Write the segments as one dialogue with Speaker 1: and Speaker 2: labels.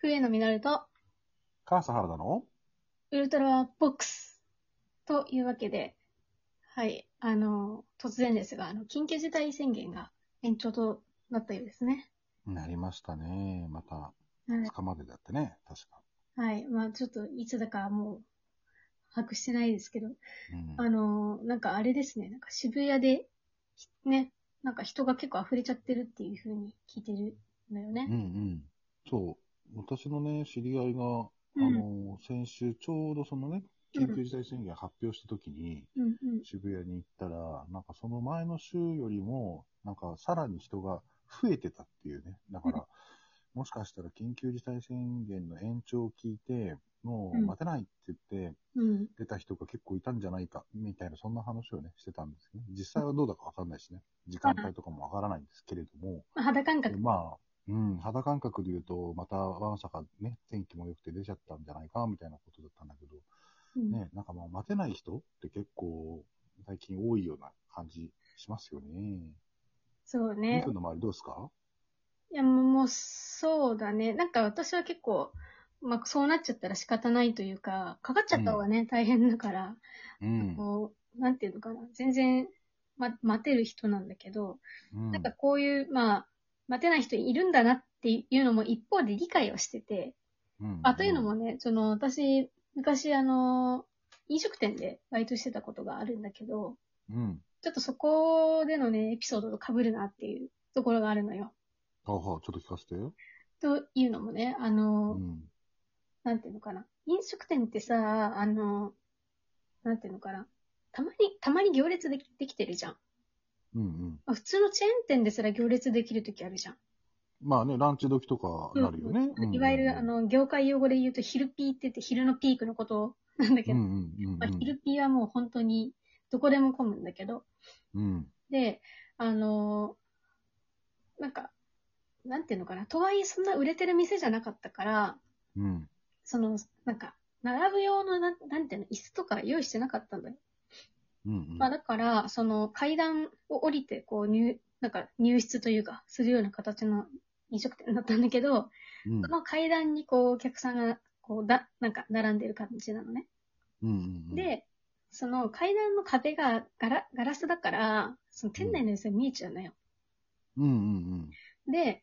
Speaker 1: 笛野実と
Speaker 2: 母さん原田の
Speaker 1: ウルトラボックスというわけで、はい、あの、突然ですが、あの、緊急事態宣言が延長となったようですね。
Speaker 2: なりましたね。また、
Speaker 1: はい
Speaker 2: 2日までだってね。確か。
Speaker 1: はい、まあちょっといつだかもう、把握してないですけど、
Speaker 2: う
Speaker 1: あの、なんかあれですね、なんか渋谷で、ひね、なんか人が結構溢れちゃってるっていう風に聞いてるのよ
Speaker 2: ん。う
Speaker 1: ね。
Speaker 2: んうん。そう。私のね、知り合いが、
Speaker 1: うん
Speaker 2: あの、先週ちょうどそのね、
Speaker 1: うん
Speaker 2: 緊急事態宣言発表した時に、
Speaker 1: うんうん。
Speaker 2: 渋谷に行ったら、なんかその前の週よりも、なんかさらに人が増えてたっていうね。だから、もしかしたら緊急事態宣言の延長を聞いて、もう
Speaker 1: うん
Speaker 2: 待てないって言って、
Speaker 1: うん。
Speaker 2: 出た人が結構いたんじゃないか、みたいな、そんな話をね、してたんですね。実際はどうだかわかんないしね。時間帯とかもわからないんですけれども、
Speaker 1: まあ肌感覚。
Speaker 2: まあ、うん、肌感覚で言うと、またわんさかね、天気も良くて出ちゃったんじゃないか、みたいなことだったんだけど、
Speaker 1: うん
Speaker 2: ね、なんかもう待てない人って結構、最近多いような感じしますよね。
Speaker 1: そう
Speaker 2: ミ
Speaker 1: ね
Speaker 2: ク。の周りどうですか
Speaker 1: いや、もうもう、そうだね。なんか私は結構、まあ、そうなっちゃったら仕方ないというか、かかっちゃった方がね、大変だから、
Speaker 2: うん。
Speaker 1: こう、なんていうのかな、全然、ま、待てる人なんだけど、
Speaker 2: うん
Speaker 1: なんかこういう、まあ、待てない人いるんだなっていうのも一方で理解をしてて、
Speaker 2: うん
Speaker 1: あ、というのもね、その、私、昔、あの、飲食店でバイトしてたことがあるんだけど、
Speaker 2: うん。
Speaker 1: ちょっとそこでのね、エピソードと被るなっていうところがあるのよ。
Speaker 2: はあはあ、ちょっと聞かせて。う
Speaker 1: というのもね、あの、
Speaker 2: ん。
Speaker 1: なんていうのかな。飲食店ってさ、あの、なんていうのかな。たまに、たまに行列できできてるじゃん。
Speaker 2: うんうん。
Speaker 1: まあ普通のチェーン店ですら行列できるときあるじゃん。
Speaker 2: まあね、ランチ時とかなるよね。
Speaker 1: いわゆる、あ、の、業界用語で言うと、昼ピーって言って、昼のピークのことなんだけ
Speaker 2: うん
Speaker 1: ど、
Speaker 2: うんうんうん。
Speaker 1: まあ、昼ピーはもう本当に、どこでも混むんだけど、
Speaker 2: うん。
Speaker 1: で、あの、なんか、なんていうのかな。とはいえ、そんな売れてる店じゃなかったから、
Speaker 2: うん。
Speaker 1: その、なんか、並ぶ用の、なんなんていうの、椅子とか用意してなかったんだよ。
Speaker 2: うん。
Speaker 1: まあだから、その階段を降りて、こう入、なんか入室というか、するような形の飲食店だったんだけど、
Speaker 2: うん
Speaker 1: その階段にこう、お客さんが、こう、だ、なんか並んでる感じなのね。
Speaker 2: うんうん、
Speaker 1: で、その階段の壁がガラ、ガラスだから、その店内の様子が見えちゃうのよ。
Speaker 2: うんうん
Speaker 1: で、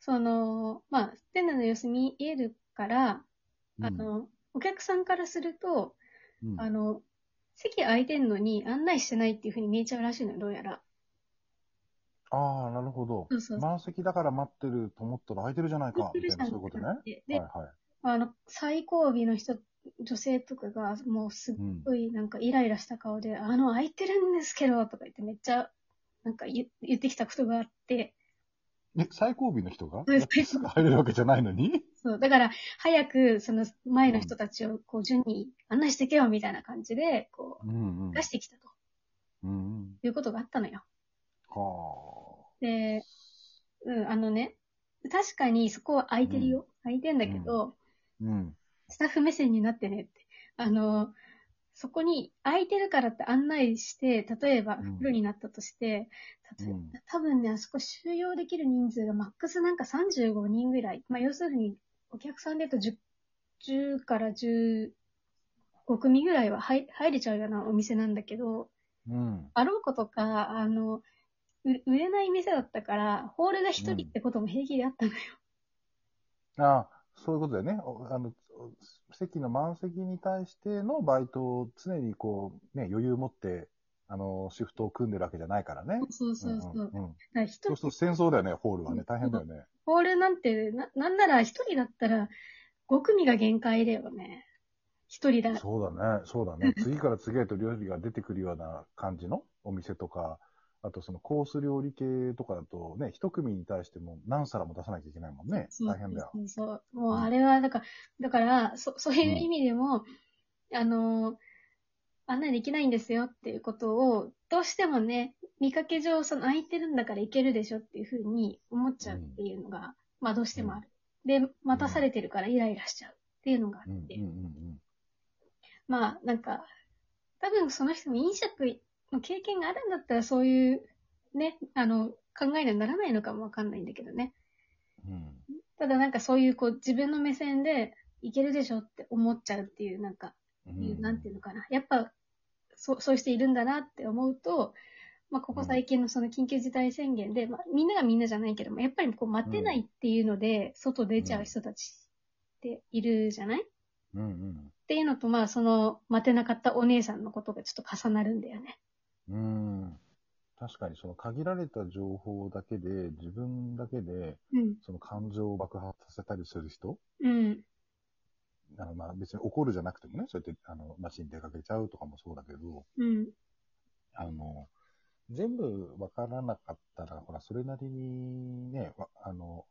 Speaker 1: その、まあ、店内の様子見えるから、
Speaker 2: うん。
Speaker 1: あ、の、お客さんからすると、
Speaker 2: うん、
Speaker 1: あの、席空いてんのに案内してないっていう風に見えちゃうらしいのよ、どうやら。
Speaker 2: ああ、なるほど。
Speaker 1: そうそうそう
Speaker 2: 満席だから待ってると思ったら空いてるじゃないか、みたいな、そういうことね。はい
Speaker 1: で、
Speaker 2: は
Speaker 1: あの、最後尾の人、女性とかが、もうすっ
Speaker 2: い。うん。
Speaker 1: ごいなんかイライラした顔で、あの、空いてるんですけど、とか言ってめっちゃ、なんか言言ってきたことがあって、
Speaker 2: え、最後尾の人
Speaker 1: そ
Speaker 2: が
Speaker 1: うです
Speaker 2: いつか入れるわけじゃないのに
Speaker 1: そう、だから、早く、その前の人たちを、こう、順に案内してけよ、みたいな感じで、こ
Speaker 2: うんうん
Speaker 1: う、出してきたと
Speaker 2: うんうん。
Speaker 1: いうことがあったのよ。
Speaker 2: は
Speaker 1: で、うん、あのね、確かにそこは空いてるよ。空いてんだけど、
Speaker 2: あ。うん。
Speaker 1: スタッフ目線になってねって。あの、そこに空いてるからって案内して、例えば
Speaker 2: うん
Speaker 1: フルになったとして、たと
Speaker 2: うん
Speaker 1: 多分ね、あそこ収容できる人数がマックスなんか35人ぐらい。まあ、要するに、お客さんで言うと 10, 10から15組ぐらいは入入れちゃうようなお店なんだけど、
Speaker 2: うん。
Speaker 1: あろうことか、あの、う売れない店だったから、ホールが一人ってことも平気であったのよ。
Speaker 2: ああ、そういうことだよね。おあの、お席の満席に対してのバイトを常にこう、ね、余裕持って、あの、シフトを組んでるわけじゃないからね。
Speaker 1: そうそうそう。
Speaker 2: ん
Speaker 1: だか
Speaker 2: んうん
Speaker 1: ら一
Speaker 2: そうすると戦争だよね、ホールは
Speaker 1: う
Speaker 2: ね
Speaker 1: ん。
Speaker 2: 大変だよね。
Speaker 1: ホールなんて、な、なんなら一人だったら、5組が限界だよね。一人だ。
Speaker 2: そうだね、そうだね。次から次へと料理が出てくるような感じのお店とか、あとそのコース料理系とかだとね、一組に対しても何皿も出さなきゃいけないもんね。
Speaker 1: そう
Speaker 2: 大変だよ。
Speaker 1: そうそうそう。もう
Speaker 2: うん
Speaker 1: あれは、だから、だから、そ、そういう意味でも、あの、案内できないんですよっていうことを、どうしてもね、見かけ上、その空いてるんだから行けるでしょっていうふうに思っちゃうっていうのが、まあどうしてもある。で、待たされてるからイライラしちゃうっていうのがあ
Speaker 2: うんうん
Speaker 1: って。
Speaker 2: うん
Speaker 1: まあ、なんか、多分その人も飲食の経験があるんだったら、そういう、ね、あの、考えにはならないのかもわかんないんだけどね。
Speaker 2: うん。
Speaker 1: ただなんかそういうこう自分の目線でいけるでしょって思っちゃうっていう、なんか、いう
Speaker 2: うん
Speaker 1: なんていうのかな。やっぱ、そそうしているんだなって思うと、まあ、ここ最近のその緊急事態宣言で、まあ、みんながみんなじゃないけども、やっぱりこう待てないっていうので、外出ちゃう人たちっているじゃないっ
Speaker 2: うんうん。
Speaker 1: ていうのと、まあ、その待てなかったお姉さんのことがちょっと重なるんだよね。
Speaker 2: うん。確かにその限られた情報だけで、自分だけで、
Speaker 1: うん。
Speaker 2: その感情を爆発させたりする人
Speaker 1: うん。
Speaker 2: あのまあ別に怒るじゃなくてもね、そうやってあの街に出かけちゃうとかもそうだけど、
Speaker 1: うん。
Speaker 2: あの、全部わからなかったら、ほら、それなりにね、わあの、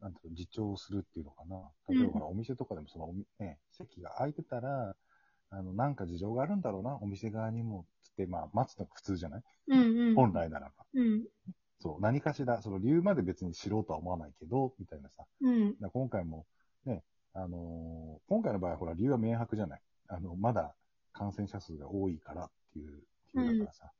Speaker 2: なんていうの、自重するっていうのかな。例え
Speaker 1: うん
Speaker 2: ば、ほら、お店とかでも、その、おみね、席が空いてたら、あの、なんか事情があるんだろうな、お店側にも、つって、まあ、待つのが普通じゃない
Speaker 1: うん。うん。
Speaker 2: 本来ならば。
Speaker 1: うん。
Speaker 2: そう、何かしら、その理由まで別に知ろうとは思わないけど、みたいなさ。
Speaker 1: うん。
Speaker 2: だから今回も、ね、あのー今回の場合、ほら、理由は明白じゃない。あの、まだ感染者数が多いからっていう理由だからさ。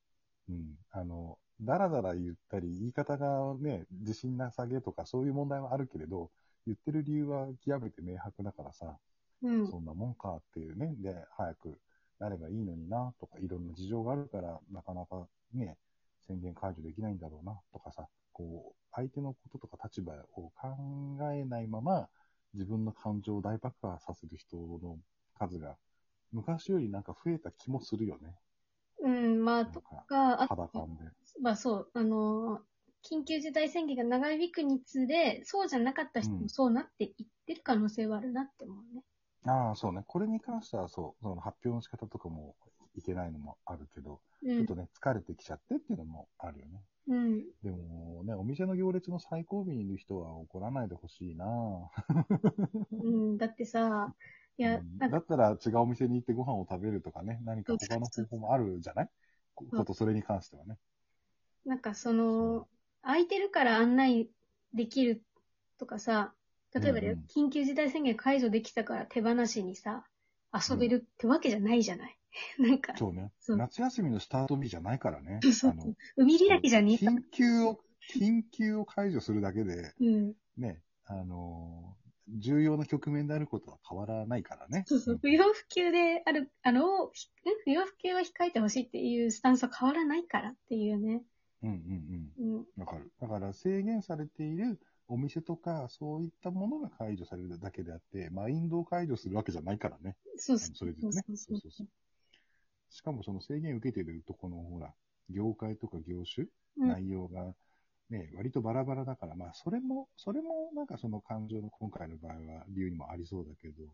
Speaker 2: うん、あの、だらだら言ったり、言い方がね、自信なさげとか、そういう問題はあるけれど、言ってる理由は極めて明白だからさ、
Speaker 1: うん。
Speaker 2: そんなもんかっていうね、で、早くなればいいのにな、とか、いろんな事情があるから、なかなかね、宣言解除できないんだろうな、とかさ、こう、相手のこととか立場を考えないまま、自分の感情を大爆破させる人の数が、昔よりなんか増えた気もするよね。
Speaker 1: うん。まあ、
Speaker 2: なん
Speaker 1: と
Speaker 2: か、
Speaker 1: か、あと
Speaker 2: 肌感で。
Speaker 1: まあそう、あのー緊急事態宣言が長引くにつれ、そうじゃなかった人
Speaker 2: う
Speaker 1: も
Speaker 2: ん
Speaker 1: そうなっていってる可能性はあるなって思うね。
Speaker 2: ああ、そうね。これに関してはそう、その発表の仕方とかもいけないのもあるけど、ちょっとね、疲れてきちゃってっていうのもあるよね。
Speaker 1: うん。うん。
Speaker 2: でもね、お店の行列の最後尾にいる人は怒らないでほしいな
Speaker 1: うん、だってさ、い や、なん
Speaker 2: だ
Speaker 1: か、
Speaker 2: ったら違うお店に行ってご飯を食べるとかね、何か他の方法もあるじゃないこ
Speaker 1: うん
Speaker 2: こと、それに関してはね。
Speaker 1: なんかそ
Speaker 2: そう
Speaker 1: の、空いてるから案内できるとかさ、例えばだよ
Speaker 2: うん
Speaker 1: 緊急事態宣言解除できたから手放しにさ、遊べるってわけじゃないじゃない。なんか、
Speaker 2: そうね。
Speaker 1: そう
Speaker 2: 夏休みのスタート日じゃないからね。
Speaker 1: そう
Speaker 2: あの
Speaker 1: 海開きじゃねえか
Speaker 2: 緊急を、緊急を解除するだけで、
Speaker 1: うん。
Speaker 2: ね、あのー重要な局面であることは変わらないからね。
Speaker 1: そうそう、不要不急である、あの、をひん不要不急は控えてほしいっていうスタンスは変わらないからっていうね。
Speaker 2: うんうんうん。
Speaker 1: うん。
Speaker 2: わかる。だから制限されているお店とか、そういったものが解除されるだけであって、マインドを解除するわけじゃないからね。
Speaker 1: そう
Speaker 2: あ
Speaker 1: そ
Speaker 2: の
Speaker 1: う。
Speaker 2: それですね。
Speaker 1: そうそうそう
Speaker 2: そうしかもその制限受けてるとこの、ほら、業界とか業種、
Speaker 1: うん
Speaker 2: 内容が、ね、割とバラバラだから、まあ、それも、それもなんかその感情の今回の場合は理由にもありそうだけど、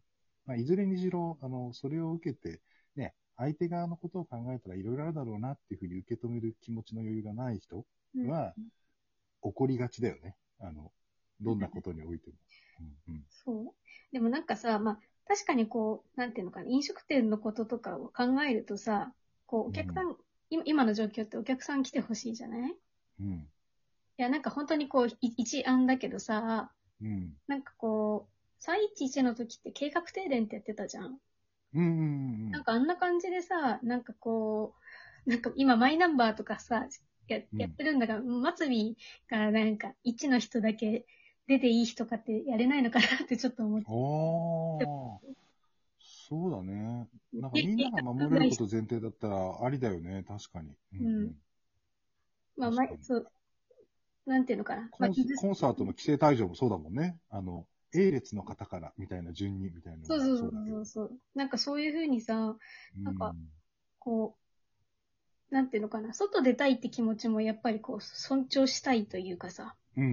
Speaker 2: まあ、いずれにしろ、あの、それを受けて、ね、相手側のことを考えたらいろいろあるだろうなっていうふうに受け止める気持ちの余裕がない人、
Speaker 1: うん
Speaker 2: は起こりがちだよね。あの、どんなことにおいても。うんうん、
Speaker 1: そう。でもなんかさ、まあ、確かにこう、なんていうのかな、飲食店のこととかを考えるとさ、こう、お客さん、今今の状況ってお客さん来てほしいじゃないい
Speaker 2: うん。
Speaker 1: や、なんか本当にこう、い一案だけどさ、
Speaker 2: うん。
Speaker 1: なんかこう、311の時って計画停電ってやってたじゃん。
Speaker 2: うんうん。うん
Speaker 1: なんかあんな感じでさ、なんかこう、なんか今マイナンバーとかさ、や
Speaker 2: うん
Speaker 1: やってるんだが、末尾がなんか1の人だけ出ていい日とかってやれないのかなってちょっと思って。
Speaker 2: おー。そうだね。なんかみんなが守れること前提だったらありだよね。確かに。う
Speaker 1: うんまあ、まあ
Speaker 2: 確かに
Speaker 1: そう、なんていうのかな。
Speaker 2: コ
Speaker 1: まあ
Speaker 2: ンスコンサートの規制退場もそうだもんね。あの、A 列の方からみたいな順にみたいなの
Speaker 1: そう
Speaker 2: も
Speaker 1: そうそ
Speaker 2: だ
Speaker 1: う
Speaker 2: け
Speaker 1: そ
Speaker 2: ど
Speaker 1: うそう。なんかそういうふうにさ、
Speaker 2: うん
Speaker 1: なんかこう、なんていうのかな。外出たいって気持ちもやっぱりこう、尊重したいというかさ。
Speaker 2: うんうん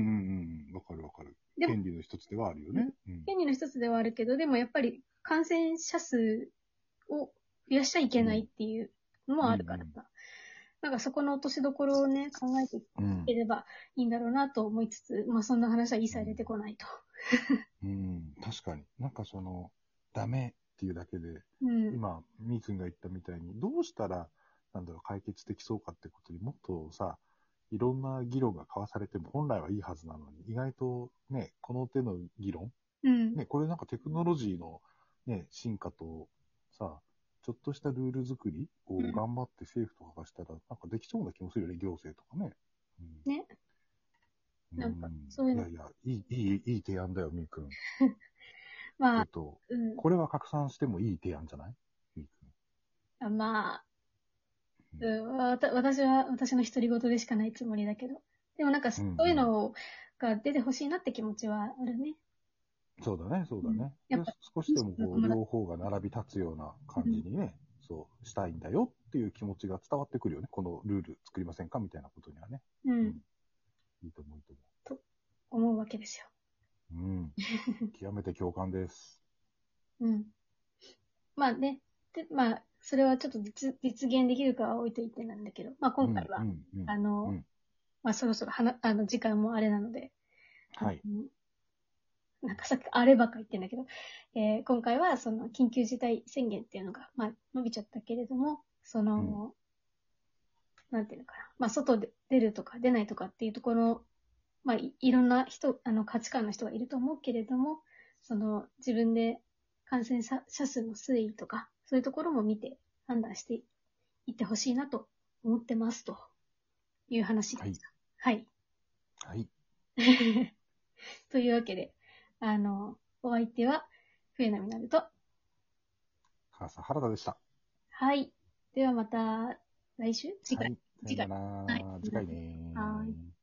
Speaker 2: うん。わかるわかる。
Speaker 1: でも
Speaker 2: 権利の一つではあるよね。うん
Speaker 1: 権利の一つではあるけど、でもやっぱり感染者数を増やしちゃいけないっていうのもあるからさ。なんかそこの落としどころをね、考えてい
Speaker 2: うん
Speaker 1: ければいいんだろうなと思いつつ、まあそんな話は一切出てこないと。
Speaker 2: うん、確かに。なんかその、ダメっていうだけで、
Speaker 1: うん。
Speaker 2: 今、みーくんが言ったみたいに、どうしたら、なんだろう、解決できそうかってことにもっとさ、いろんな議論が交わされても本来はいいはずなのに、意外とね、この手の議論、
Speaker 1: うん。
Speaker 2: ね、これなんかテクノロジーのね、進化とさ、ちょっとしたルール作りを
Speaker 1: うん
Speaker 2: 頑張って政府とかがしたら、なんかできそうな気もするよね、行政とかね。うん
Speaker 1: ね。なんかそういうの
Speaker 2: いやいや、いい、いい、いい提案だよ、みーくん。
Speaker 1: ま
Speaker 2: えっ
Speaker 1: あ、
Speaker 2: と、
Speaker 1: うん。
Speaker 2: これは拡散してもいい提案じゃないみーくん。
Speaker 1: あまあ、
Speaker 2: う
Speaker 1: うん、わた私は、私の独り言でしかないつもりだけど。でもなんか、そういうのが出てほしいなって気持ちはあるね。
Speaker 2: そうだね、そうだね。
Speaker 1: うんやっ
Speaker 2: で
Speaker 1: ぱ
Speaker 2: 少しでもこ
Speaker 1: う
Speaker 2: う、
Speaker 1: ん
Speaker 2: 両方が並び立つような感じにね、そう、したいんだよっていう気持ちが伝わってくるよね。このルール作りませんかみたいなことにはね。
Speaker 1: う
Speaker 2: うんん、いいと思う、いいと
Speaker 1: 思うわけですよ。
Speaker 2: 思う。うん。極めて共感です。
Speaker 1: うん。まあね、で、まあ、それはちょっと実実現できるかは置いといてなんだけど、まあ今回は、
Speaker 2: うんうんうん
Speaker 1: あの、
Speaker 2: うん
Speaker 1: まあそろそろはな、あの、時間もあれなので、
Speaker 2: はい。
Speaker 1: うん。なんかさっきあればっか言ってんだけど、えー今回はその緊急事態宣言っていうのが、まあ、伸びちゃったけれども、その、なんていうのかな、まあ、外で出るとか出ないとかっていうところ、まあ、いいろんな人、あの、価値観の人がいると思うけれども、その、自分で感染者者数の推移とか、そういうところも見て判断していってほしいなと思ってます、という話でした。はい
Speaker 2: はい。
Speaker 1: というわけで、あの、お相手は、冬波なると。
Speaker 2: 母さん、原田でした。
Speaker 1: はい。ではまた、来週次回。
Speaker 2: はい。さよなら。
Speaker 1: はい
Speaker 2: 次回ね。
Speaker 1: はい